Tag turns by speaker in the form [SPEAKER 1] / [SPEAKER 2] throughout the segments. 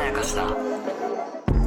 [SPEAKER 1] やかしだ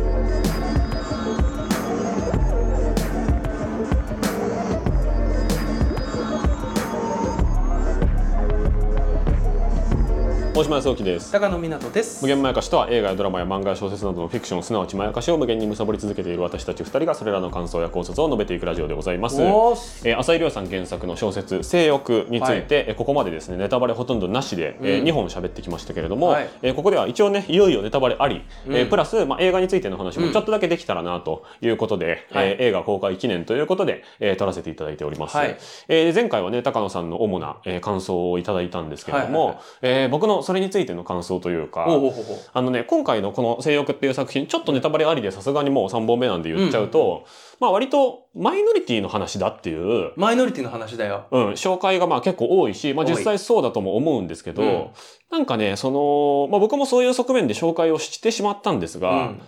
[SPEAKER 2] 大島康之です
[SPEAKER 3] 高野湊です
[SPEAKER 2] 無限まやかしとは映画やドラマや漫画や小説などのフィクションすなわちまやかしを無限に貪り続けている私たち2人がそれらの感想や考察を述べていくラジオでございます、
[SPEAKER 3] おーす
[SPEAKER 2] えー浅井亮さん原作の小説「性欲」について、えーここまでですねネタバレほとんどなしで、え
[SPEAKER 3] うん
[SPEAKER 2] 2本喋ってきましたけれども、
[SPEAKER 3] はい
[SPEAKER 2] えーここでは一応ねいよいよネタバレあり、えー
[SPEAKER 3] うん
[SPEAKER 2] プラス、まあ、映画についての話
[SPEAKER 3] う
[SPEAKER 2] も
[SPEAKER 3] ん
[SPEAKER 2] ちょっとだけできたらなということで、
[SPEAKER 3] はい
[SPEAKER 2] えー映画公開記念ということで、えー撮らせていただいております、
[SPEAKER 3] はい
[SPEAKER 2] えー前回はね高野さんの主な、えー感想をいただいたんですけれども、
[SPEAKER 3] はいはいは
[SPEAKER 2] えー僕のそれについての感想というか
[SPEAKER 3] おうおうおうおう
[SPEAKER 2] あのね、今回のこの「性欲」っていう作品ちょっとネタバレありでさすがにもう3本目なんで言っちゃうと、まあ割とマイノリティの話だっていう、
[SPEAKER 3] マイノリティの話だよ
[SPEAKER 2] うん、紹介がまあ結構多いし、まあ、
[SPEAKER 3] 多い
[SPEAKER 2] 実際そうだとも思うんですけど、
[SPEAKER 3] うん
[SPEAKER 2] なんかねその、まあ、僕もそういう側面で紹介をしてしまったんです
[SPEAKER 3] う
[SPEAKER 2] が、
[SPEAKER 3] ん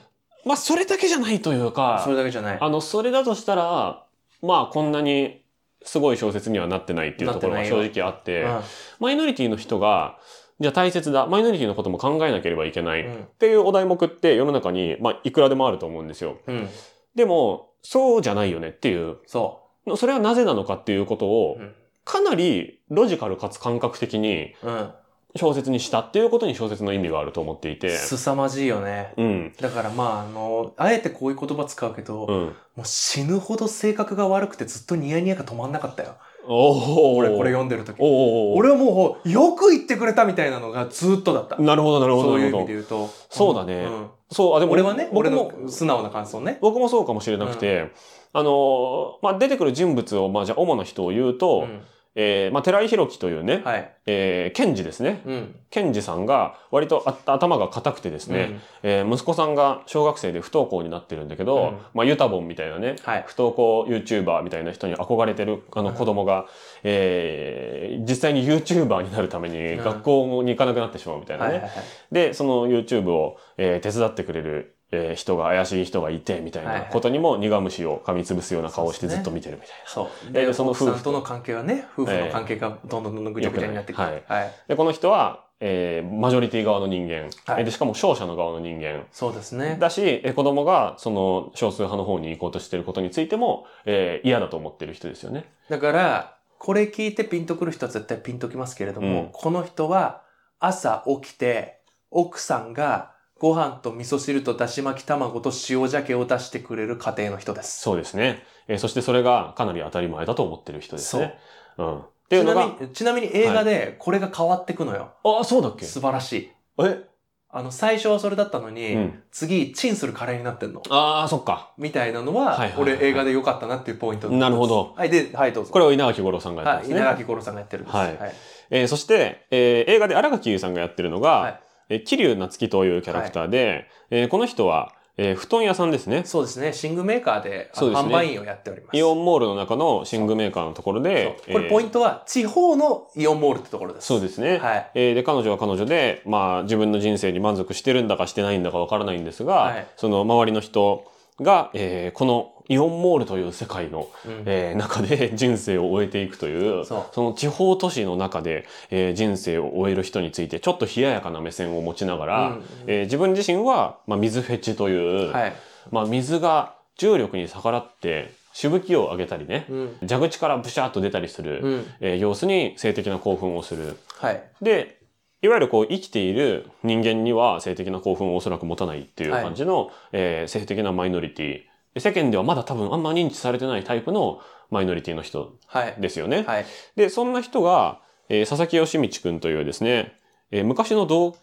[SPEAKER 2] まあそれだけじゃないという
[SPEAKER 3] そ
[SPEAKER 2] か
[SPEAKER 3] れだけじゃない
[SPEAKER 2] あのそれだとしたらまあこんなにすごい小説にはなってないっていうところが正直あって
[SPEAKER 3] う
[SPEAKER 2] マイノリティの人がじゃあ大切だマイノリティのことも考えなければいけない、
[SPEAKER 3] ん
[SPEAKER 2] っていうお題目って世の中に、まあ、いくらでもあると思うんですよ。
[SPEAKER 3] うんうん
[SPEAKER 2] でも、そうじゃないよねっていう、
[SPEAKER 3] そ
[SPEAKER 2] それはなぜなのかっていうことを
[SPEAKER 3] うん、
[SPEAKER 2] かなりロジカルかつ感覚的に
[SPEAKER 3] ううん
[SPEAKER 2] 小説にしたっていうことに小説の意味があると思っていて、
[SPEAKER 3] 凄まじいよね
[SPEAKER 2] うん、
[SPEAKER 3] だからまああのあえてこういう言葉使うけど
[SPEAKER 2] う
[SPEAKER 3] も
[SPEAKER 2] ん。
[SPEAKER 3] う死ぬほど性格が悪くてずっとニヤニヤが止まんなかったよ
[SPEAKER 2] おお
[SPEAKER 3] 俺これ読んでる時
[SPEAKER 2] おお
[SPEAKER 3] 俺はもうよく言ってくれたみたいなのがずっとだった
[SPEAKER 2] なるほど、なるほ
[SPEAKER 3] そ
[SPEAKER 2] ど、
[SPEAKER 3] うい
[SPEAKER 2] な
[SPEAKER 3] う
[SPEAKER 2] る
[SPEAKER 3] 意味
[SPEAKER 2] ほ
[SPEAKER 3] で
[SPEAKER 2] ど。
[SPEAKER 3] 言うと
[SPEAKER 2] そうだね
[SPEAKER 3] ん
[SPEAKER 2] そう、あ、でも
[SPEAKER 3] 俺はね
[SPEAKER 2] 僕
[SPEAKER 3] 俺
[SPEAKER 2] も、
[SPEAKER 3] の素直な感想ね
[SPEAKER 2] 僕もそうかもしれなくて、あのー、まあ、出てくる人物を、まあ、じゃあ主な人を言うと、
[SPEAKER 3] うん
[SPEAKER 2] えーまあ、寺井宏樹というね、
[SPEAKER 3] はい
[SPEAKER 2] えー、賢治ですね。
[SPEAKER 3] うん
[SPEAKER 2] 賢治さんが割とあ頭が固くてですね、えー息子さんが小学生で不登校になってるんだけど、
[SPEAKER 3] うん
[SPEAKER 2] まあ、ユタボンみたいなね
[SPEAKER 3] はい
[SPEAKER 2] 不登校 YouTuber みたいな人に憧れてるあの
[SPEAKER 3] うん
[SPEAKER 2] 子供が、えー実際に YouTuber になるために
[SPEAKER 3] うん
[SPEAKER 2] 学校に行かなくなってしまうみたいな
[SPEAKER 3] は
[SPEAKER 2] ね、
[SPEAKER 3] いはいはい
[SPEAKER 2] でその YouTube を、えー手伝ってくれる、えー人が怪しい人がいてみたい
[SPEAKER 3] はい
[SPEAKER 2] な
[SPEAKER 3] はい
[SPEAKER 2] ことにも苦虫を噛みつぶすような顔をして
[SPEAKER 3] そう
[SPEAKER 2] ず
[SPEAKER 3] です
[SPEAKER 2] っ
[SPEAKER 3] ね
[SPEAKER 2] と見てるみたいな。
[SPEAKER 3] そう。
[SPEAKER 2] えー
[SPEAKER 3] で、
[SPEAKER 2] そ
[SPEAKER 3] そ
[SPEAKER 2] の
[SPEAKER 3] の
[SPEAKER 2] 夫婦
[SPEAKER 3] 夫婦さんとの関係はね、夫婦の関係がどんどんどんどんぐちゃぐちゃになってくる。
[SPEAKER 2] 良く
[SPEAKER 3] はい。
[SPEAKER 2] でこの人は、えーマジョリティ側の人間、
[SPEAKER 3] はい
[SPEAKER 2] えーでしかも勝者の側の人間
[SPEAKER 3] そうですね。
[SPEAKER 2] だし、え子供がその少数派の方に行こうとしていることについても、えー嫌だと思ってる人ですよね。
[SPEAKER 3] だから、これ聞いてピンとくる人は絶対ピンときますけれども、
[SPEAKER 2] うん
[SPEAKER 3] この人は朝起きて、奥さんがご飯と味噌汁とだし巻き卵と塩鮭を出してくれる家庭の人です。
[SPEAKER 2] そうですね。えーそしてそれがかなり当たり前だと思ってる人ですね。うん。ってい
[SPEAKER 3] ち
[SPEAKER 2] うの
[SPEAKER 3] な
[SPEAKER 2] が、
[SPEAKER 3] みに、ちなみに映画でこれが変わってくのよ。
[SPEAKER 2] あ、そうだっけ
[SPEAKER 3] 素晴らしい。
[SPEAKER 2] え
[SPEAKER 3] あの、最初はそれだったのに、
[SPEAKER 2] うん。
[SPEAKER 3] 次、チンするカレーになってんの。
[SPEAKER 2] ああ、そっか。
[SPEAKER 3] みたいなの
[SPEAKER 2] はいはい
[SPEAKER 3] は
[SPEAKER 2] は、い
[SPEAKER 3] 俺映画で良かったなっていうポイントだったんで
[SPEAKER 2] な
[SPEAKER 3] す
[SPEAKER 2] るほど。
[SPEAKER 3] はい、で、はい、どうぞ。
[SPEAKER 2] これを稲垣吾郎さんがやっ
[SPEAKER 3] は
[SPEAKER 2] て
[SPEAKER 3] い、
[SPEAKER 2] ますね。
[SPEAKER 3] 稲垣吾郎さんがやってるんです。
[SPEAKER 2] はいえーそして、えー映画で新垣結衣さんがやってるのが、
[SPEAKER 3] はい
[SPEAKER 2] えー桐生夏樹というキャラクターで、えーこの人は、えー布団屋さんですね。
[SPEAKER 3] そうですね、寝具メーカーであ
[SPEAKER 2] そう
[SPEAKER 3] の
[SPEAKER 2] ですね
[SPEAKER 3] 販売員をやっております。
[SPEAKER 2] イオンモールの中の寝具メーカーのところで、
[SPEAKER 3] そうこれポイ
[SPEAKER 2] ト、
[SPEAKER 3] ントは、地方のイオンモールってところです。
[SPEAKER 2] そうですね。
[SPEAKER 3] はい。
[SPEAKER 2] えーで彼女は彼女で、まあ、自分の人生に満足してるんだかしてないんだかわからないんですが、
[SPEAKER 3] はい
[SPEAKER 2] その周りの人が、えーこのイオンモールという世界の、
[SPEAKER 3] うん
[SPEAKER 2] えー中で人生を終えていくという
[SPEAKER 3] そう
[SPEAKER 2] の地方都市の中で、えー人生を終える人についてちょっと冷ややかな目線を持ちながら、
[SPEAKER 3] うん
[SPEAKER 2] えー自分自身は、まあ、水フェチという、
[SPEAKER 3] はい。
[SPEAKER 2] まあ、水が重力に逆らってしぶきを上げたりね、
[SPEAKER 3] うん。
[SPEAKER 2] 蛇口からブシャーっと出たりする、
[SPEAKER 3] うん。
[SPEAKER 2] えー様子に性的な興奮をする。
[SPEAKER 3] はい。
[SPEAKER 2] でいわゆるこう生きている人間には性的な興奮をおそらく持たないっていう
[SPEAKER 3] はい
[SPEAKER 2] 感じの、えー性的なマイノリティ世間ではまだ多分あんま認知されてないタイプのマイノリティの人
[SPEAKER 3] はい。
[SPEAKER 2] ですよね。
[SPEAKER 3] はい。
[SPEAKER 2] でそんな人が、えー佐々木義道くんというですね、えー昔の同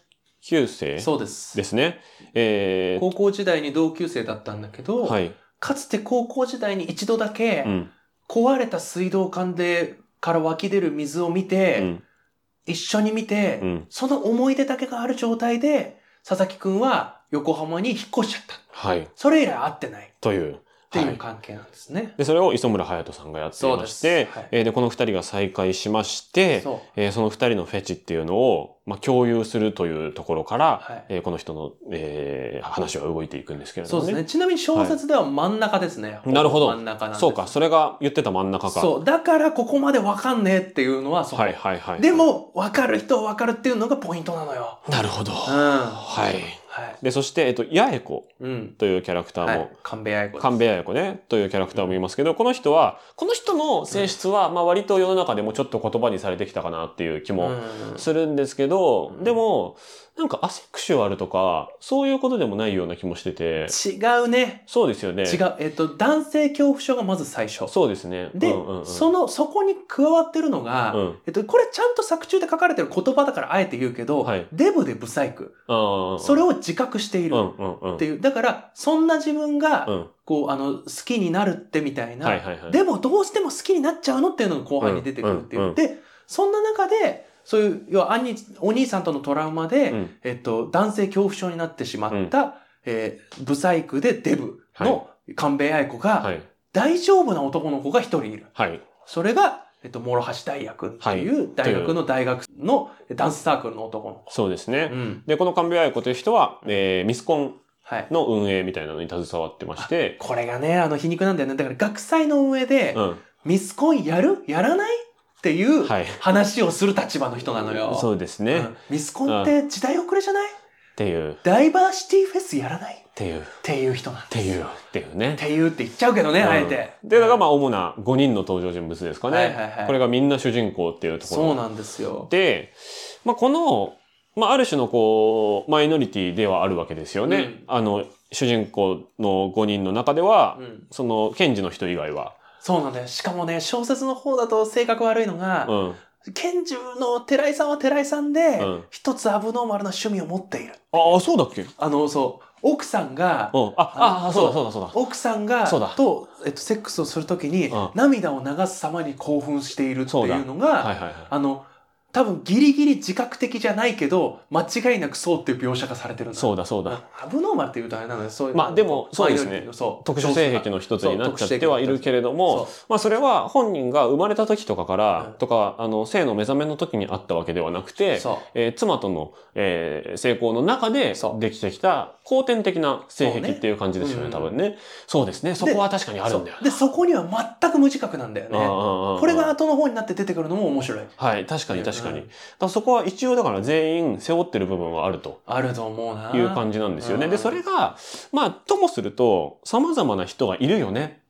[SPEAKER 2] 級生
[SPEAKER 3] そうです。
[SPEAKER 2] ですね。えー
[SPEAKER 3] 高校時代に同級生だったんだけど、
[SPEAKER 2] はい、
[SPEAKER 3] かつて高校時代に一度だけ
[SPEAKER 2] う、ん
[SPEAKER 3] 壊れた水道管で、から湧き出る水を見
[SPEAKER 2] う
[SPEAKER 3] て、
[SPEAKER 2] ん
[SPEAKER 3] 一緒に見て、
[SPEAKER 2] うん
[SPEAKER 3] その思い出だけがある状態で、佐々木くんは横浜に引っ越しちゃった。
[SPEAKER 2] はい、
[SPEAKER 3] それ以来会ってないっ
[SPEAKER 2] という。
[SPEAKER 3] てい
[SPEAKER 2] は
[SPEAKER 3] う関係なんですね。
[SPEAKER 2] でそれを磯村勇斗さんがやっていまして
[SPEAKER 3] そうですはい
[SPEAKER 2] えーでこの2人が再会しまして
[SPEAKER 3] そ
[SPEAKER 2] えーその2人のフェチっていうのを、まあ、共有するというところから、
[SPEAKER 3] はい
[SPEAKER 2] えーこの人の、えー話は動いていくんですけ
[SPEAKER 3] う。
[SPEAKER 2] れども
[SPEAKER 3] そう
[SPEAKER 2] ね。
[SPEAKER 3] ですね。ちなみに小説では真ん中ですね。
[SPEAKER 2] なるほど
[SPEAKER 3] 真ん中なんです。
[SPEAKER 2] そうか、それが言ってた真ん中か。
[SPEAKER 3] そう。だからここまでわかんねえっていうのはそこ。
[SPEAKER 2] はいはいはい。
[SPEAKER 3] でも、わかる人はわかるっていうのがポイントなのよ。
[SPEAKER 2] なるほど。
[SPEAKER 3] うん。
[SPEAKER 2] はい。
[SPEAKER 3] ははい。
[SPEAKER 2] で、そして、えっと、八重子
[SPEAKER 3] うん。
[SPEAKER 2] というキャラクタ
[SPEAKER 3] は
[SPEAKER 2] ーも
[SPEAKER 3] い。神戸愛子です。
[SPEAKER 2] 神戸八重子ね、というキャラクターもいますけど、この人は、この人の性質は、まあ割と世の中でもちょっと言葉にされてきたかなっていう気も
[SPEAKER 3] うん
[SPEAKER 2] するんですけど、
[SPEAKER 3] うん
[SPEAKER 2] でも、なんかアセクシュアルとか、そういうことでもないような気もしてて、
[SPEAKER 3] 違うね。
[SPEAKER 2] そうですよね。
[SPEAKER 3] 違う。えっと、男性恐怖症がまず最初。
[SPEAKER 2] そうですね。
[SPEAKER 3] で、
[SPEAKER 2] うんうんうん
[SPEAKER 3] その、そこに加わってるのが、
[SPEAKER 2] うん。
[SPEAKER 3] えっと、これちゃんと作中で書かれてる言葉だからあえて言うけど、
[SPEAKER 2] はい
[SPEAKER 3] デブでブサイク。
[SPEAKER 2] ああ。
[SPEAKER 3] それを自覚している
[SPEAKER 2] うんうんうん。
[SPEAKER 3] っていう。だから、そんな自分が、
[SPEAKER 2] うん。
[SPEAKER 3] こう、あの、好きになるってみたいな、
[SPEAKER 2] はいはいはい。
[SPEAKER 3] でもどうしても好きになっちゃうのっていうのが後半に出てくるって
[SPEAKER 2] うん
[SPEAKER 3] いうう。
[SPEAKER 2] ん
[SPEAKER 3] で、そんな中で、そういう、要は兄、お兄さんとのトラウマで、
[SPEAKER 2] うん
[SPEAKER 3] えっと、男性恐怖症になってしまった、えー、ブサイクでデブの神戸愛子が、
[SPEAKER 2] はい。
[SPEAKER 3] 大丈夫な男の子が一人いる。
[SPEAKER 2] はい。
[SPEAKER 3] それが、えっと、諸橋大学っていう大学の大学のダンスサークルの男の
[SPEAKER 2] そうです
[SPEAKER 3] 子。
[SPEAKER 2] ね。
[SPEAKER 3] うん。
[SPEAKER 2] で、この神戸愛子という人は、えー、ミスコン
[SPEAKER 3] はい。
[SPEAKER 2] の運営みたいなのに携わってまして、
[SPEAKER 3] これがね、あの、皮肉なんだよね。だから学祭の上で、
[SPEAKER 2] うん。
[SPEAKER 3] ミスコンやるやらないっていう
[SPEAKER 2] はい。
[SPEAKER 3] 話をする立場の人なのよ。
[SPEAKER 2] そうです
[SPEAKER 3] う
[SPEAKER 2] ね。っ
[SPEAKER 3] んミスコンって時代遅れじゃない
[SPEAKER 2] ていう、っ
[SPEAKER 3] ダイバーシティフェスやらないって
[SPEAKER 2] いう、って
[SPEAKER 3] いう人なんだ。
[SPEAKER 2] ていう、っていう
[SPEAKER 3] っ
[SPEAKER 2] ね。
[SPEAKER 3] ていうって言っちゃうけどね、
[SPEAKER 2] うん
[SPEAKER 3] あえて。
[SPEAKER 2] で、だからまあ主な5人の登場人物ですかね。
[SPEAKER 3] はいはいはい
[SPEAKER 2] これがみんな主人公っていうところ
[SPEAKER 3] そうなんですよ。
[SPEAKER 2] で、まあ、この、まあ、ある種のこうマイノリティではあるわけですよね。
[SPEAKER 3] うん
[SPEAKER 2] あの主人公の5人の中では、
[SPEAKER 3] うん
[SPEAKER 2] その検事の人以外は、
[SPEAKER 3] そうなんだよ。しかもね、小説の方だと性格悪いのが
[SPEAKER 2] う、ん
[SPEAKER 3] 賢治の寺井さんは寺井さんで
[SPEAKER 2] うん、
[SPEAKER 3] 一つアブノーマルな趣味を持っている。
[SPEAKER 2] ああそうだっけ、うん、
[SPEAKER 3] あの、そう、奥さん
[SPEAKER 2] あ
[SPEAKER 3] が、
[SPEAKER 2] ああそうう
[SPEAKER 3] そ
[SPEAKER 2] だそうだそうだ。
[SPEAKER 3] 奥さんが
[SPEAKER 2] そうだ
[SPEAKER 3] と、えっと、セックスをするときに、
[SPEAKER 2] うん
[SPEAKER 3] 涙を流す様に興奮しているっていうのが、
[SPEAKER 2] はいはいはい。
[SPEAKER 3] あの、多分ギリギリ自覚的じゃないけど、間違いなくそうっていう描写がされてるんだ
[SPEAKER 2] そうだそうだ。
[SPEAKER 3] アブノーマルっていうとあれなので、そういう。
[SPEAKER 2] まあでもそうですね
[SPEAKER 3] マイノリティのそう
[SPEAKER 2] 特殊性癖の一つになっちゃってはいるけれども、
[SPEAKER 3] そ
[SPEAKER 2] まあそれは本人が生まれた時とかから、
[SPEAKER 3] うん
[SPEAKER 2] とか、あの、性の目覚めの時にあったわけではなくて、
[SPEAKER 3] そう
[SPEAKER 2] えー妻との、えー性交の中で
[SPEAKER 3] そう
[SPEAKER 2] できてきた後天的な性
[SPEAKER 3] そう
[SPEAKER 2] 癖
[SPEAKER 3] ね
[SPEAKER 2] っていう感じですよね、
[SPEAKER 3] うん
[SPEAKER 2] 多分ね。そうですね。そこは確かにあるんだよ
[SPEAKER 3] そうで、そこには全く無自覚なんだよ
[SPEAKER 2] な。
[SPEAKER 3] ね。こ
[SPEAKER 2] こ
[SPEAKER 3] れが後の方になって出てくるのも面白い。
[SPEAKER 2] はい、確かに確かに。
[SPEAKER 3] う
[SPEAKER 2] だ
[SPEAKER 3] ん
[SPEAKER 2] からそこは一応だから全員背負ってる部分はあると
[SPEAKER 3] あると思うな。
[SPEAKER 2] いう感じなんですよね。
[SPEAKER 3] うん
[SPEAKER 2] で、それが、まあ、ともすると、様々な人がいるよね、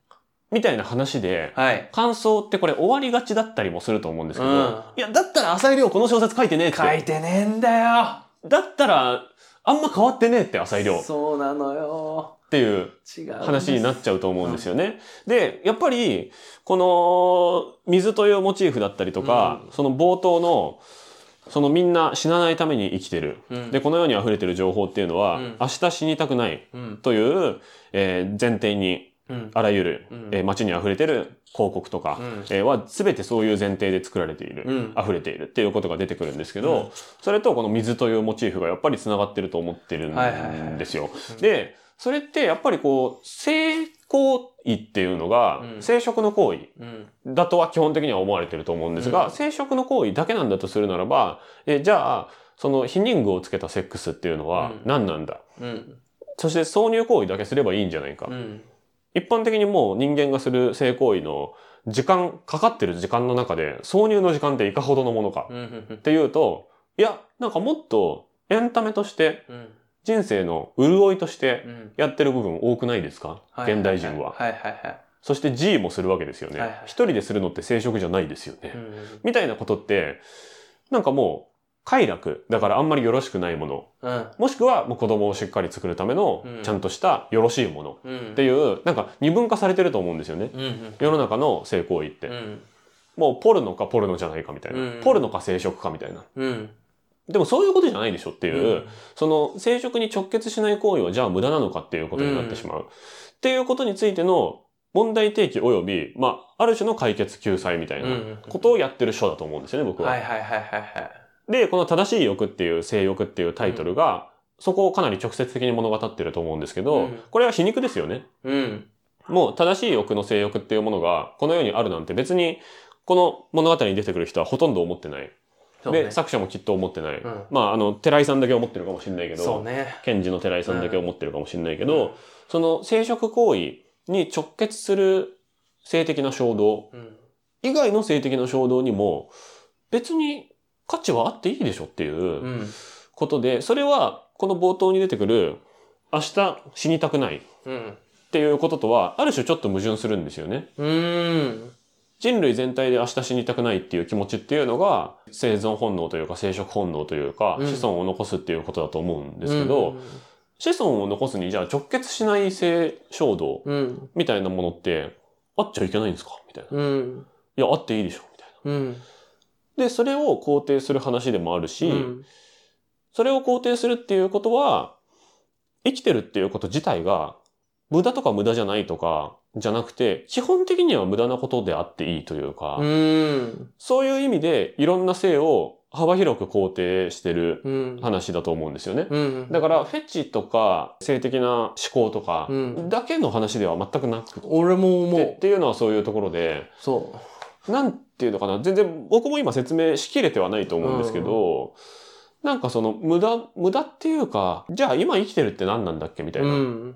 [SPEAKER 2] みたいな話で、
[SPEAKER 3] はい。
[SPEAKER 2] 感想ってこれ終わりがちだったりもすると思うんですけど、
[SPEAKER 3] うん
[SPEAKER 2] いや、だったら浅井亮この小説書いてねえって。
[SPEAKER 3] 書いてねえんだよ。
[SPEAKER 2] だったら、あんま変わってねえって浅井亮っ
[SPEAKER 3] そうなのよ。
[SPEAKER 2] ていう
[SPEAKER 3] 違う。
[SPEAKER 2] 話になっちゃうと思うんですよね。で、やっぱり、この水というモチーフだったりとか、その冒頭の、そのみんな死なないために生きてる。
[SPEAKER 3] うん
[SPEAKER 2] で、この世に溢れてる情報っていうのは、
[SPEAKER 3] うん
[SPEAKER 2] 明日死にたくない
[SPEAKER 3] うん。
[SPEAKER 2] という、えー前提に、
[SPEAKER 3] うん。
[SPEAKER 2] あらゆる、
[SPEAKER 3] うん
[SPEAKER 2] えー街に溢れてる広告とか、
[SPEAKER 3] うん
[SPEAKER 2] えーは全てそういう前提で作られている、
[SPEAKER 3] うん
[SPEAKER 2] 溢れているっていうことが出てくるんですけど、
[SPEAKER 3] うん
[SPEAKER 2] それとこの水というモチーフがやっぱりつながってると思ってる
[SPEAKER 3] はいはいはい
[SPEAKER 2] んですよ。
[SPEAKER 3] うん
[SPEAKER 2] でそれってやっぱりこう性行為っていうのが
[SPEAKER 3] うん
[SPEAKER 2] 生殖の行為
[SPEAKER 3] うん。
[SPEAKER 2] だとは基本的には思われてると思うんですが、
[SPEAKER 3] うん
[SPEAKER 2] 生殖の行為だけなんだとするならばえーじゃあその避妊具をつけたセックスっていうのは
[SPEAKER 3] うん
[SPEAKER 2] 何なんだ、
[SPEAKER 3] うん。
[SPEAKER 2] そして挿入行為だけすればいいんじゃないか、
[SPEAKER 3] うん。
[SPEAKER 2] 一般的にもう人間がする性行為の時間、かかってる時間の中で挿入の時間っていかほどのものか
[SPEAKER 3] うん。うん
[SPEAKER 2] っ。ていうと、いや、なんかもっとエンタメとして
[SPEAKER 3] うん。
[SPEAKER 2] 人生の潤いとして
[SPEAKER 3] うん。
[SPEAKER 2] やってる部分多くないですか、
[SPEAKER 3] はい
[SPEAKER 2] 現代人は。
[SPEAKER 3] はいはいはい。
[SPEAKER 2] そして G もするわけですよね。
[SPEAKER 3] はいはい
[SPEAKER 2] 一人でするのって生殖じゃないですよね。
[SPEAKER 3] うん
[SPEAKER 2] みたいなことって、なんかもう快楽、だからあんまりよろしくないもの、
[SPEAKER 3] うん。
[SPEAKER 2] もしくはもう子供をしっかり作るための
[SPEAKER 3] うん
[SPEAKER 2] ちゃんとしたよろしいもの
[SPEAKER 3] うん。
[SPEAKER 2] っていう、なんか二分化されてると思うんですよね。
[SPEAKER 3] うんうん。
[SPEAKER 2] 世の中の性行為って、
[SPEAKER 3] うん。
[SPEAKER 2] もうポルノかポルノじゃないかみたいな、
[SPEAKER 3] うん
[SPEAKER 2] ポルノか生殖かみたいな
[SPEAKER 3] うん。
[SPEAKER 2] でもそういうことじゃないでしょっていう、
[SPEAKER 3] うん
[SPEAKER 2] その生殖に直結しない行為はじゃあ無駄なのかっていうことになってしまう、っていうことについての問題提起及び、まあ、ある種の解決救済みたいな
[SPEAKER 3] うん
[SPEAKER 2] ことをやってる書だと思うんですよね僕は。
[SPEAKER 3] はいはいはいはいはい。
[SPEAKER 2] でこの「正しい欲」っていう「性欲」っていうタイトルが、そこをかなり直接的に物語ってると思うんですけど、
[SPEAKER 3] うん
[SPEAKER 2] これは皮肉ですよね。
[SPEAKER 3] うん。
[SPEAKER 2] もう正しい欲の性欲っていうものがこの世にあるなんて別にこの物語に出てくる人はほとんど思ってない。
[SPEAKER 3] そう
[SPEAKER 2] で、
[SPEAKER 3] ね。
[SPEAKER 2] 作者もきっと思ってない。
[SPEAKER 3] うん
[SPEAKER 2] まあ、あの、寺井さんだけ思ってるかもしれないけ
[SPEAKER 3] そう
[SPEAKER 2] ど、
[SPEAKER 3] ね。
[SPEAKER 2] 賢治の寺井さんだけ思ってるかもしれないけど、その生殖行為に直結する性的な衝動
[SPEAKER 3] うん。。
[SPEAKER 2] 以外の性的な衝動にも別に価値はあっていいでしょっていううんことで、それはこの冒頭に出てくる、明日死にたくないっ
[SPEAKER 3] うん。
[SPEAKER 2] ていうこととは、ある種ちょっと矛盾するんですよね。
[SPEAKER 3] うーん。
[SPEAKER 2] 人類全体で明日死にたくないっていう気持ちっていうのが、生存本能というか生殖本能というか、
[SPEAKER 3] うん
[SPEAKER 2] 子孫を残すっていうことだと思うんで
[SPEAKER 3] で
[SPEAKER 2] すけど、、子孫を残すにじゃあ直結しない性衝動
[SPEAKER 3] うん。
[SPEAKER 2] みたいなものって、あっちゃいけないんですかみたいな。い
[SPEAKER 3] うん。
[SPEAKER 2] や、あっていいでしょみたい
[SPEAKER 3] うん。
[SPEAKER 2] な。で、それを肯定する話でもあるし、それを肯定するっていうことは、生きてるっていうこと自体が、無駄とか無駄じゃないとか、じゃなくて、基本的には無駄なことであっていいというか、
[SPEAKER 3] うん。
[SPEAKER 2] そういう意味で、いろんな性を幅広く肯定してる
[SPEAKER 3] うん。
[SPEAKER 2] 話だと思うんですよね。
[SPEAKER 3] うん。
[SPEAKER 2] だから、フェチとか、性的な思考とか
[SPEAKER 3] うん、
[SPEAKER 2] だけの話では全くなくて、
[SPEAKER 3] 俺も思
[SPEAKER 2] っ
[SPEAKER 3] う。
[SPEAKER 2] ていうのはそういうところで、
[SPEAKER 3] そ
[SPEAKER 2] なんていうのかな、全然僕も今説明しきれてはないと思うんですけど、なんかその無駄、無駄っていうか、じゃあ今生きてるって何なんだっけみた
[SPEAKER 3] う。
[SPEAKER 2] いうな、
[SPEAKER 3] ん。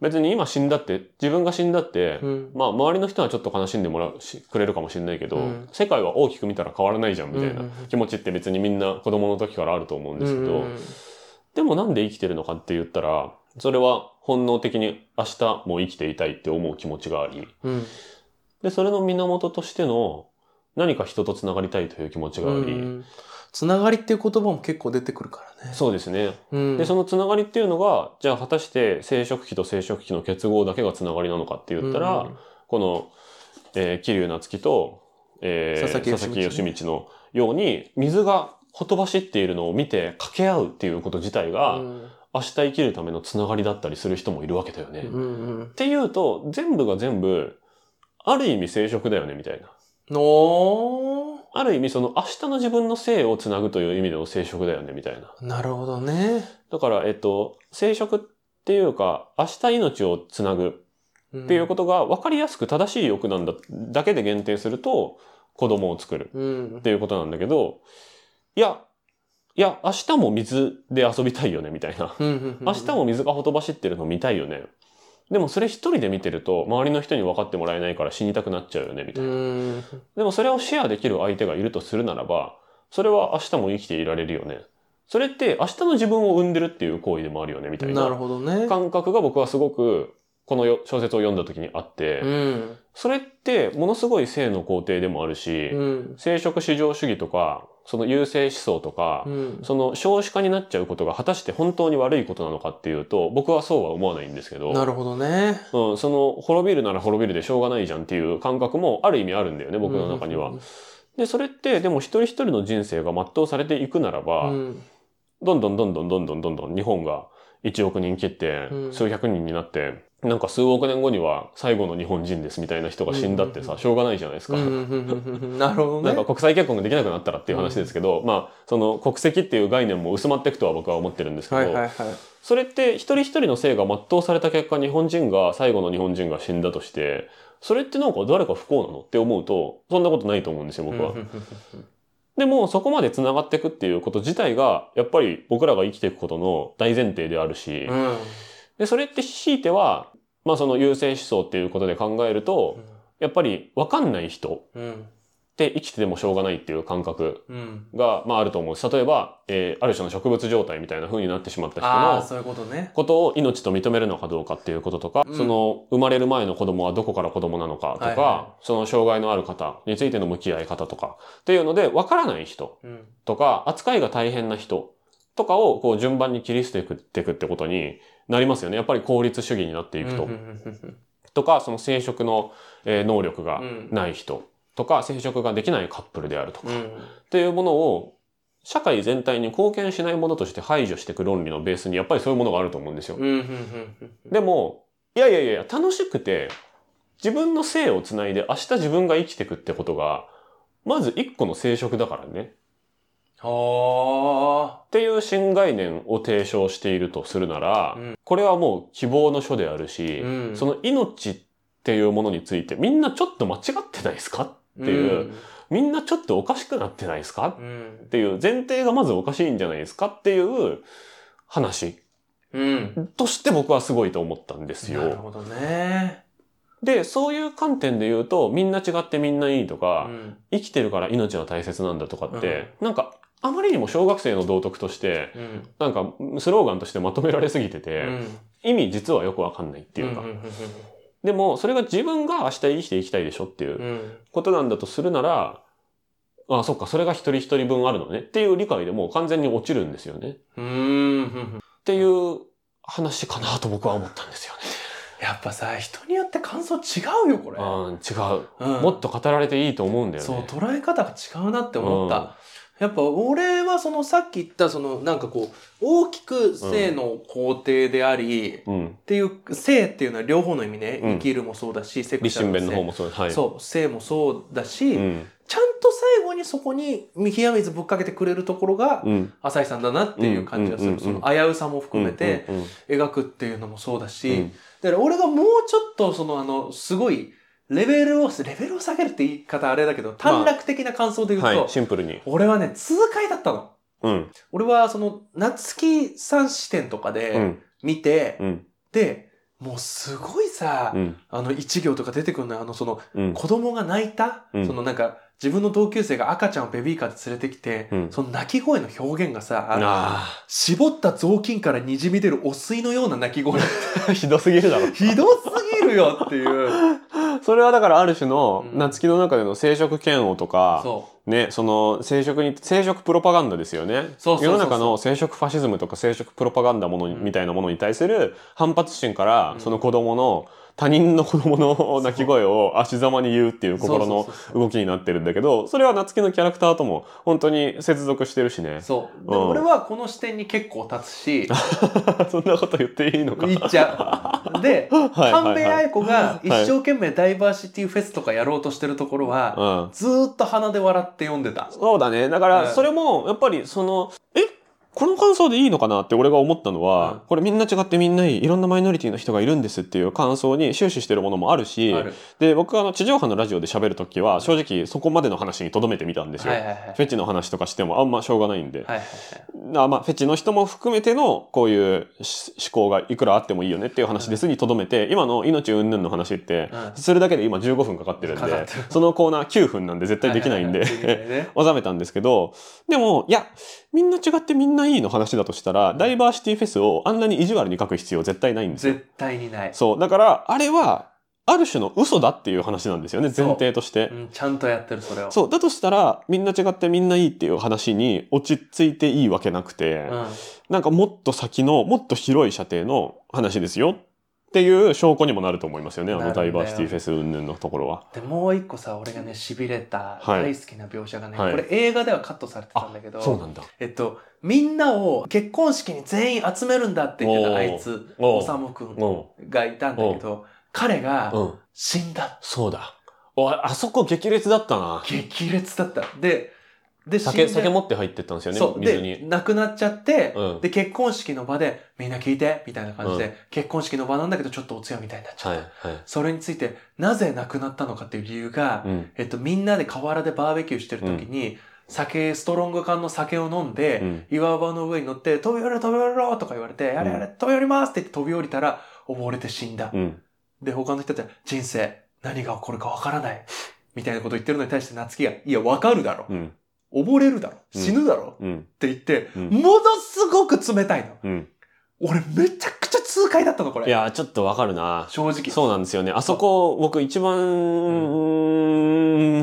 [SPEAKER 2] 別に今死んだって、自分が死んだって、
[SPEAKER 3] うん。
[SPEAKER 2] まあ周りの人はちょっと悲しんでもらうし、くれるかもしれないけど、
[SPEAKER 3] うん
[SPEAKER 2] 世界は大きく見たら変わらないじゃんみたいな
[SPEAKER 3] うん
[SPEAKER 2] 気持ちって別にみんな子供の時からあると思うんですけど、でもなんで生きてるのかって言ったら、それは本能的に明日も生きていたいって思う気持ちがあり、
[SPEAKER 3] うん。
[SPEAKER 2] で、それの源としての、何か人と繋がりたいという気持ちがあり、
[SPEAKER 3] うん。つながりっていう言葉も結構出てくるからね。
[SPEAKER 2] そうですね。
[SPEAKER 3] うん。
[SPEAKER 2] で、その繋がりっていうのが、じゃあ果たして生殖器と生殖器の結合だけが繋がりなのかって言ったら、この、えー、桐生夏樹と、えー
[SPEAKER 3] 佐々木
[SPEAKER 2] 佐々木
[SPEAKER 3] 義
[SPEAKER 2] 義道のように、水がほとばしっているのを見て掛け合うっていうこと自体が、
[SPEAKER 3] うん、
[SPEAKER 2] 明日生きるための繋がりだったりする人もいるわけだよね。
[SPEAKER 3] うん
[SPEAKER 2] っ
[SPEAKER 3] うん。
[SPEAKER 2] ていうと、全部が全部、ある意味生殖だよね、みたいな。
[SPEAKER 3] お
[SPEAKER 2] ある意味その明日の自分の性をつなぐという意味での生殖だよねみたいな。
[SPEAKER 3] ーなるほどね。
[SPEAKER 2] だから、えっと、生殖っていうか、明日命をつなぐ
[SPEAKER 3] っ。
[SPEAKER 2] っていうこととが分かりやすく正しい欲なんだ、だけで限定すると、子供を作る
[SPEAKER 3] うん
[SPEAKER 2] っ。ていうことなんだけど、いや、いや、明日も水で遊びたいよねみたいな。明
[SPEAKER 3] 明
[SPEAKER 2] 日も水がほとばしってるの見たいよね。でもそれ一人で見てると、周りの人に分かってもらえないから死にたくなっちゃうよねみたいな
[SPEAKER 3] う。ん。
[SPEAKER 2] でもそれをシェアできる相手がいるとするならば、それは明日も生きていられるよね。それって明日の自分を生んでるっていう行為でもあるよね、みたい
[SPEAKER 3] なる
[SPEAKER 2] な
[SPEAKER 3] ほどね。
[SPEAKER 2] 感覚が僕はすごく、このよ小説を読んだ時にあって、
[SPEAKER 3] うん。
[SPEAKER 2] それってものすごい性の肯定でもあるし、
[SPEAKER 3] うん。
[SPEAKER 2] 生殖至上主義とか、その優性思想とか、
[SPEAKER 3] うん。
[SPEAKER 2] その少子化になっちゃうことが果たして本当に悪いことなのかっていうと、僕はそうは思わないんですけど、
[SPEAKER 3] なるほどね。
[SPEAKER 2] うん、その滅びるなら滅びるでしょうがないじゃんっていう感覚もある意味あるんだよね、僕の中には。で、それって、でも一人一人の人生が全うされていくなら
[SPEAKER 3] う
[SPEAKER 2] ば、
[SPEAKER 3] ん。
[SPEAKER 2] どんどんどんどんどんどんどんどん日本が1億人切って
[SPEAKER 3] う、ん
[SPEAKER 2] 数百人になって、なんか数億年後には最後の日本人ですみたいな人が死んだって
[SPEAKER 3] うんうんう
[SPEAKER 2] さ、
[SPEAKER 3] ん
[SPEAKER 2] しょうがないじゃないです
[SPEAKER 3] う
[SPEAKER 2] か。
[SPEAKER 3] んうんうんうんなるほどね。
[SPEAKER 2] なんか国際結婚ができなくなったらっていう話ですけど、まあ、その国籍っていう概念も薄まっていくとは僕は思ってるんですけど、
[SPEAKER 3] はいはいはい。
[SPEAKER 2] それって一人一人の性が全うされた結果日本人が最後の日本人が死んだとしてそれってなんか誰か不幸なのって思うとそんなことないと思うんですよ僕は。
[SPEAKER 3] うんうん
[SPEAKER 2] でもそこまで繋がっていくっていうこと自体がやっぱり僕らが生きていくことの大前提であるし、
[SPEAKER 3] うんうん。
[SPEAKER 2] でそれってひいてはまあその優先思想っていうことで考えるとやっぱり分かんない人っ
[SPEAKER 3] うん。
[SPEAKER 2] て生きててもしょうがないっていう感覚
[SPEAKER 3] うん。
[SPEAKER 2] が、まあ、あると思うし例えば、えーある種の植物状態みたいな風になってしまった人
[SPEAKER 3] ああ、
[SPEAKER 2] の
[SPEAKER 3] そういうことね。
[SPEAKER 2] ことを命と認めるのかどうかっていうこととか、
[SPEAKER 3] うん
[SPEAKER 2] その生まれる前の子供はどこから子供なのかとか、
[SPEAKER 3] はいは
[SPEAKER 2] その障害のある方についての向き合い方とかっていうので分からない人
[SPEAKER 3] うん。
[SPEAKER 2] とか扱いが大変な人とかをこう順番に切り捨てていくってくってことになりますよね。やっぱり効率主義になっていくと。
[SPEAKER 3] うんうんうん
[SPEAKER 2] とかその生殖の、えー能力が
[SPEAKER 3] うん
[SPEAKER 2] ない人とか生殖ができないカップルであるとか、
[SPEAKER 3] うん。う
[SPEAKER 2] っ
[SPEAKER 3] ん
[SPEAKER 2] ていうものを社会全体に貢献しないものとして排除していく論理のベースにやっぱりそういうものがあると思うんですよ。
[SPEAKER 3] うんうんうんうん
[SPEAKER 2] でも、いやいやいや、楽しくて、自分の性をつないで明日自分が生きていくってことが、まず一個の生殖だからね。
[SPEAKER 3] は
[SPEAKER 2] っていう新概念を提唱しているとするなら、
[SPEAKER 3] うん
[SPEAKER 2] これはもう希望の書であるし、
[SPEAKER 3] あ。うん
[SPEAKER 2] その命っていうものについてみんなちょっと間違ってないですかっていう。みんなちょっとおかしくなってないですか
[SPEAKER 3] うん。うん
[SPEAKER 2] っていう前提がまずおかしいんじゃないですかっていう話
[SPEAKER 3] うん。
[SPEAKER 2] として僕はすごいと思ったんですよ。
[SPEAKER 3] なるほどね。
[SPEAKER 2] で、そういう観点で言うと、みんな違ってみんないいと
[SPEAKER 3] う
[SPEAKER 2] か、
[SPEAKER 3] ん。
[SPEAKER 2] 生きてるから命は大切なんだとかって、なんか、あまりにも小学生の道徳として、
[SPEAKER 3] うん。
[SPEAKER 2] なんかスローガンとしてまとめられすぎて
[SPEAKER 3] う
[SPEAKER 2] て、
[SPEAKER 3] ん。っ
[SPEAKER 2] 意味実はよくわかんないっていうか、
[SPEAKER 3] んん
[SPEAKER 2] でもそれが自分が明日生きていきたいでしょっていう
[SPEAKER 3] うんうん。
[SPEAKER 2] ことなんだとするなら、あそっか、それが一人一人分あるのねっていう理解でもう完全に落ちるんですよね。
[SPEAKER 3] うんうんうん。
[SPEAKER 2] っていう話かなと僕は思ったんですよね。
[SPEAKER 3] やっぱさ、人によって感想違うよ、これ。
[SPEAKER 2] うん、違う。
[SPEAKER 3] うん
[SPEAKER 2] もっと語られていいと思うんだよね。
[SPEAKER 3] そう、捉え方が違うなって思った。やっぱ俺はそのさっき言ったそのなんかこう大きく性の肯定であり、っ
[SPEAKER 2] うん。
[SPEAKER 3] ていう性っていうのは両方の意味ね、
[SPEAKER 2] うん
[SPEAKER 3] 生きるもそうだし、セクシ
[SPEAKER 2] 立
[SPEAKER 3] ャル
[SPEAKER 2] 身
[SPEAKER 3] も
[SPEAKER 2] 弁の方もそうです。はい。
[SPEAKER 3] そう、性もそうだし、
[SPEAKER 2] うん。
[SPEAKER 3] ちゃんと最後にそこに見冷や水ぶっかけてくれるところが
[SPEAKER 2] うん。
[SPEAKER 3] 浅井さんだなっていう感じがす
[SPEAKER 2] うんう
[SPEAKER 3] る。
[SPEAKER 2] ん
[SPEAKER 3] その危うさも含めて
[SPEAKER 2] うん、
[SPEAKER 3] 描くっていうのもそうだし、
[SPEAKER 2] うん
[SPEAKER 3] だから俺がもうちょっとそのあの、すごいレベルを、レベルを下げるって言い方あれだけど、短絡的な感想で
[SPEAKER 2] うん
[SPEAKER 3] 言うと、
[SPEAKER 2] はい、シンプルに。
[SPEAKER 3] 俺はね、痛快だったの。
[SPEAKER 2] うん。
[SPEAKER 3] 俺はその、夏木さん視点とか
[SPEAKER 2] う
[SPEAKER 3] で
[SPEAKER 2] ん。
[SPEAKER 3] 見て、
[SPEAKER 2] うん。
[SPEAKER 3] で、もうすごいさ、
[SPEAKER 2] うん。
[SPEAKER 3] あの一行とか出てくるのよあのその、
[SPEAKER 2] うん。
[SPEAKER 3] 子供が泣いた、
[SPEAKER 2] うん
[SPEAKER 3] そのなんか、自分の同級生が赤ちゃんをベビーカーで連れてきて、
[SPEAKER 2] うん
[SPEAKER 3] その泣き声の表現がさ、あの
[SPEAKER 2] あ
[SPEAKER 3] 絞った雑巾からにじみ出るお水のような泣き 声。
[SPEAKER 2] あ、ひどすぎるだろ。
[SPEAKER 3] ひどすぎるよっ ていう。
[SPEAKER 2] それはだからある種の、
[SPEAKER 3] うん
[SPEAKER 2] 夏希の中での生殖嫌悪とか、
[SPEAKER 3] そ
[SPEAKER 2] ね、その生殖に、生殖プロパガンダですよね。
[SPEAKER 3] そうそうそうそう
[SPEAKER 2] 世の中の生殖ファシズムとか生殖プロパガンダものに、
[SPEAKER 3] うん
[SPEAKER 2] みたいなものに対する反発心から、
[SPEAKER 3] うん
[SPEAKER 2] その子供の、他人の子供の泣き声を足ざまに言うっていう
[SPEAKER 3] う。
[SPEAKER 2] 心の
[SPEAKER 3] そうそうそうそう
[SPEAKER 2] 動きになってるんだけど、それは夏希のキャラクターとも本当に接続してるしね。
[SPEAKER 3] そう。で
[SPEAKER 2] うん
[SPEAKER 3] 俺はこの視点に結構立つ し、
[SPEAKER 2] そんなこと言っていいのか。
[SPEAKER 3] 言っちゃう。で、
[SPEAKER 2] はい
[SPEAKER 3] 神
[SPEAKER 2] はい
[SPEAKER 3] 戸
[SPEAKER 2] はい。
[SPEAKER 3] 愛子が一生懸命ダイバーシティフェスとかやろうとしてるところは、
[SPEAKER 2] うん。
[SPEAKER 3] ずーっと鼻で笑って読んでた。
[SPEAKER 2] そうだね。だか
[SPEAKER 3] うん
[SPEAKER 2] ら、それも、やっぱり、その、えこの感想でいいのかなって俺が思ったのは、
[SPEAKER 3] うん
[SPEAKER 2] これみんな違ってみんないい、いろんなマイノリティの人がいるんですっていう感想に終始してるものもあるし、
[SPEAKER 3] ある。
[SPEAKER 2] で、僕はあの、地上波のラジオで喋るときは、正直そこまでの話に留めてみたんですよ。
[SPEAKER 3] はいはいはい
[SPEAKER 2] フ。ェチの話とかしてもあんましょうがないんで。
[SPEAKER 3] はいはいはい。
[SPEAKER 2] あまあ、フェチの人も含めてのこういうし思考がいくらあってもいいよねっていう話ですにとどめて、今の命云々の話って、
[SPEAKER 3] うん
[SPEAKER 2] するだけで今15分かかってるんで
[SPEAKER 3] かかってる
[SPEAKER 2] そのコーナー9分なんで絶対できないんで、
[SPEAKER 3] はいはいはいできないね
[SPEAKER 2] 収めたんですけど、でも、いや、みんな違ってみんないいの話だとしたら、ダイバーシティフェスをあんなに意地悪に書く必要絶対ないんですよ。
[SPEAKER 3] 絶 対にない。
[SPEAKER 2] そう。だから、あれは、ある種の嘘だっていう話なんですよね、前提として
[SPEAKER 3] う。ん、ちゃんとやってる、それを。
[SPEAKER 2] そう。だとしたら、みんな違ってみんないいっていう話に落ち着いていいわけなくて、
[SPEAKER 3] うん。
[SPEAKER 2] なんかもっと先の、もっと広い射程の話ですよっていう証拠にもなると思いますよね、あ
[SPEAKER 3] なる
[SPEAKER 2] の
[SPEAKER 3] んだ
[SPEAKER 2] ダ
[SPEAKER 3] よ
[SPEAKER 2] イバーシティフェス云々のところは。
[SPEAKER 3] で、もう一個さ、俺がね、痺れた、
[SPEAKER 2] はい
[SPEAKER 3] 大好きな描写がね、
[SPEAKER 2] はい
[SPEAKER 3] これ映画ではカットされてたんだけど、
[SPEAKER 2] そうなんだ。
[SPEAKER 3] えっと、みんなを結婚式に全員集めるんだって言って
[SPEAKER 2] お
[SPEAKER 3] た
[SPEAKER 2] ー
[SPEAKER 3] あいつ、
[SPEAKER 2] お
[SPEAKER 3] お
[SPEAKER 2] ー
[SPEAKER 3] さむくん
[SPEAKER 2] う
[SPEAKER 3] がいたんだけど、彼
[SPEAKER 2] ん。
[SPEAKER 3] が
[SPEAKER 2] うん。
[SPEAKER 3] 死んだ。
[SPEAKER 2] そうだ。おああそこ激烈だったな。
[SPEAKER 3] 激烈だった。で、で、
[SPEAKER 2] 酒、
[SPEAKER 3] 死んで
[SPEAKER 2] 酒持って入ってったんですよね、
[SPEAKER 3] そう。
[SPEAKER 2] 水
[SPEAKER 3] で、
[SPEAKER 2] に。
[SPEAKER 3] 亡くなっちゃって、
[SPEAKER 2] うん
[SPEAKER 3] で、結婚式の場で、みんな聞いて、みたいな感じで、
[SPEAKER 2] う
[SPEAKER 3] 結婚式の場なんだけど、ちょっとお通夜みたいになっちゃう。
[SPEAKER 2] はい、はい。
[SPEAKER 3] それについて、なぜ亡くなったのかっていう理由が、
[SPEAKER 2] うん。
[SPEAKER 3] えっと、みんなで河原でバーベキューしてる時に、酒、ストロング缶の酒を飲んで、
[SPEAKER 2] うん
[SPEAKER 3] 岩場の上に乗って、飛び降りろ、飛び降りろとか言われて、やれやれ、飛び降りますって言って飛び降りたら、溺れて死んだ。
[SPEAKER 2] うん。
[SPEAKER 3] で、他の人たちは、人生、何が起こるかわからない。みたいなこと言ってるのに対して、夏希が、いや、わかるだろ。
[SPEAKER 2] うん。
[SPEAKER 3] 溺れるだろ。死ぬだろ。
[SPEAKER 2] うん。
[SPEAKER 3] って言って、
[SPEAKER 2] うん
[SPEAKER 3] ものすごく冷たいの。
[SPEAKER 2] うん。
[SPEAKER 3] 俺めちゃくちゃ痛快だったの、これ。
[SPEAKER 2] いや、ちょっとわかるな。
[SPEAKER 3] 正直。
[SPEAKER 2] そうなんですよね。あそこ、僕一番、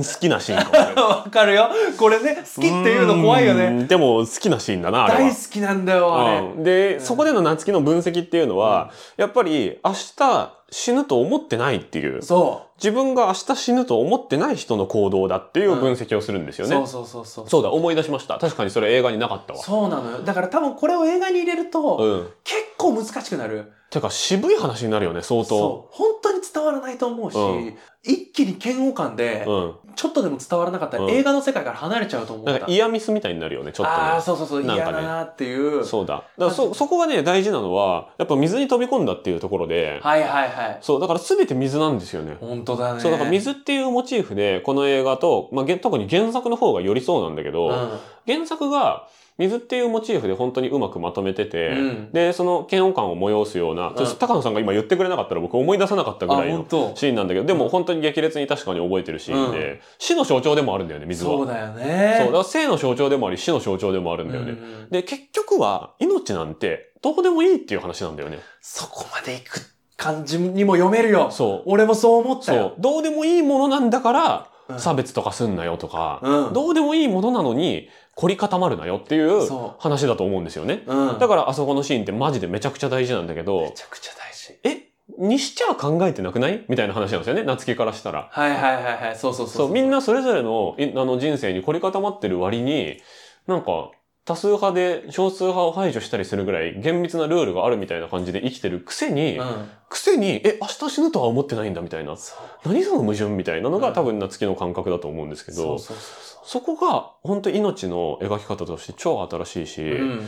[SPEAKER 2] 好きなシーンかもしれない
[SPEAKER 3] わかるよ。これね、 好きっていうの怖いよね。
[SPEAKER 2] うん。でも好きなシーンだな、あれ
[SPEAKER 3] 大
[SPEAKER 2] は
[SPEAKER 3] 好。きなんだよ、あれ。
[SPEAKER 2] うんで、
[SPEAKER 3] うん
[SPEAKER 2] そこでの夏希の分析っていうのは、やっぱり明日死ぬと思ってないっていう、
[SPEAKER 3] そ
[SPEAKER 2] 自分が明日死ぬと思ってない人の行動だっていう分析をするんです
[SPEAKER 3] う。
[SPEAKER 2] よね。
[SPEAKER 3] そうそうそうそう。
[SPEAKER 2] そうだ、思い出しました。確かにそれ映画になかったわ。
[SPEAKER 3] そうなのよ。だから多分これを映画に入れると、
[SPEAKER 2] うん。
[SPEAKER 3] 結構難しくなる。
[SPEAKER 2] てか渋い話になるよね、相当。
[SPEAKER 3] そう。本当に伝わらないと思うし、
[SPEAKER 2] うん
[SPEAKER 3] 一気に嫌悪感で、
[SPEAKER 2] うん。
[SPEAKER 3] ちょっとでも伝わらなかったら、
[SPEAKER 2] うん
[SPEAKER 3] 映画の世界から離れちゃうと思
[SPEAKER 2] な
[SPEAKER 3] っ
[SPEAKER 2] ん
[SPEAKER 3] た。
[SPEAKER 2] か嫌ミスみたいになるよね、ちょっとね。
[SPEAKER 3] ああ、そうそうそう、
[SPEAKER 2] なん
[SPEAKER 3] 嫌
[SPEAKER 2] かね
[SPEAKER 3] だなっていう。
[SPEAKER 2] そうだ。だからそ、そこがね、大事なのは、やっぱ水に飛び込んだっていうところで、
[SPEAKER 3] はいはいはい。
[SPEAKER 2] そう、だから全て水なんですよね。
[SPEAKER 3] 本当だね。
[SPEAKER 2] そう、だから水っていうモチーフで、この映画と、まあ、げ特に原作の方がよりそうなんだけど、
[SPEAKER 3] うん
[SPEAKER 2] 原作が、水っていうモチーフで本当にうまくまとめてて、
[SPEAKER 3] うん。
[SPEAKER 2] で、その嫌悪感を催すような、
[SPEAKER 3] ん
[SPEAKER 2] ちょっと高野さんが今言ってくれなかったら僕思い出さなかった
[SPEAKER 3] あ、
[SPEAKER 2] ぐらい
[SPEAKER 3] 本
[SPEAKER 2] の
[SPEAKER 3] 当。
[SPEAKER 2] シーンなんだけど、でも本当に激烈に確かに覚えてるシーンで、死の象徴でもあるんだよね、水は。
[SPEAKER 3] そうだよね。
[SPEAKER 2] そうだから生の象徴でもあり、死の象徴でもあるんだよね。
[SPEAKER 3] うん
[SPEAKER 2] で、結局は、命なんて、どうでもいいっていう話なんだよね。
[SPEAKER 3] そこまでいく感じにも読めるよ。
[SPEAKER 2] そう。
[SPEAKER 3] 俺もそう思った
[SPEAKER 2] そ
[SPEAKER 3] よ。
[SPEAKER 2] う。どうでもいいものなんだから、
[SPEAKER 3] うん
[SPEAKER 2] 差別とかすんなよとか、
[SPEAKER 3] うん。
[SPEAKER 2] どうでもいいものなのに、凝り固まるなよっていう
[SPEAKER 3] そ
[SPEAKER 2] 話だと思うんですよね。
[SPEAKER 3] う。う
[SPEAKER 2] だ
[SPEAKER 3] ん。か
[SPEAKER 2] から、あそこのシーンってマジでめちゃくちゃ大事なんだけ
[SPEAKER 3] め
[SPEAKER 2] ど、
[SPEAKER 3] ちゃくちゃ大事。
[SPEAKER 2] え、にしちゃ考えてなくないみたいな話なんですよね、夏希からしたら。
[SPEAKER 3] はいはいはいはい。そうそうそう
[SPEAKER 2] そう、みんなそれぞれの、いあの人生に凝り固まってる割に、なんか、多数派で少数派を排除したりするぐらい厳密なルールがあるみたいな感じで生きてるくせに、
[SPEAKER 3] うん。
[SPEAKER 2] くせに、え、明日死ぬとは思ってないんだみたいな。
[SPEAKER 3] そう
[SPEAKER 2] 何その矛盾みたいなの
[SPEAKER 3] う
[SPEAKER 2] が
[SPEAKER 3] ん
[SPEAKER 2] 多分夏希の感覚だと思うんですけ
[SPEAKER 3] そ
[SPEAKER 2] ど、
[SPEAKER 3] うそうそ
[SPEAKER 2] そこが本当に命の描き方として超新しいし、
[SPEAKER 3] う。うん。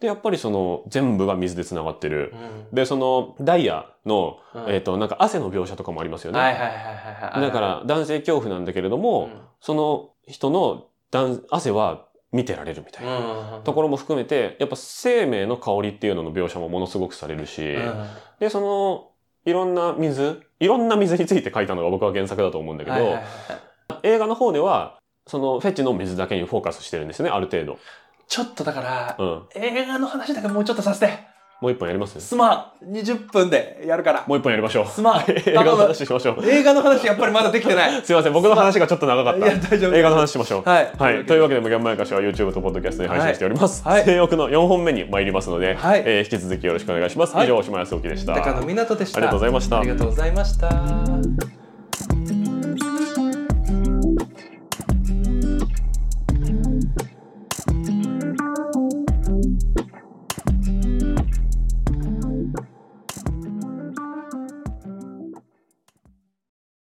[SPEAKER 2] で、やっぱりその全部が水で繋がってる
[SPEAKER 3] う。ん。
[SPEAKER 2] で、そのダイヤの、
[SPEAKER 3] うん
[SPEAKER 2] えっ、と、なんか汗の描写とかもありますよね。
[SPEAKER 3] はいはいはいはいはい。
[SPEAKER 2] だから男性恐怖なんだけれど
[SPEAKER 3] う
[SPEAKER 2] も、
[SPEAKER 3] ん、
[SPEAKER 2] その人の男汗は見てられるみたいな
[SPEAKER 3] うん。
[SPEAKER 2] ところも含めて、やっぱ生命の香りっていうのの描写もものすごくされるし、
[SPEAKER 3] うん
[SPEAKER 2] で、その、いろんな水、いろんな水について書いたのが僕は原作だと思うんだけど、
[SPEAKER 3] はいはいはいはい
[SPEAKER 2] 映画の方では、そのフェチの水だけにフォーカスしてるんですね、ある程度。
[SPEAKER 3] ちょっとだから、
[SPEAKER 2] うん。
[SPEAKER 3] 映画の話だからもうちょっとさせて。
[SPEAKER 2] もう一本やります
[SPEAKER 3] すまん !20 分でやるから。
[SPEAKER 2] もう一本やりましょう。
[SPEAKER 3] すま ん
[SPEAKER 2] 映画の話しましょう。
[SPEAKER 3] 映画の話やっぱりまだでき てない。い
[SPEAKER 2] すいません、僕の話がちょっと長かった
[SPEAKER 3] や、。大丈夫。
[SPEAKER 2] 映画の話しましょう。
[SPEAKER 3] はい。
[SPEAKER 2] はい。というわけで、無限前歌詞は YouTube と Podcast で配信しております。
[SPEAKER 3] はい
[SPEAKER 2] 性欲の4本目に参りますので、
[SPEAKER 3] はい
[SPEAKER 2] えー引き続きよろしくお願いします。
[SPEAKER 3] はい
[SPEAKER 2] 以上、島康幸でした。
[SPEAKER 3] 高野湊斗でした。
[SPEAKER 2] ありがとうございました
[SPEAKER 3] ありがとうございました。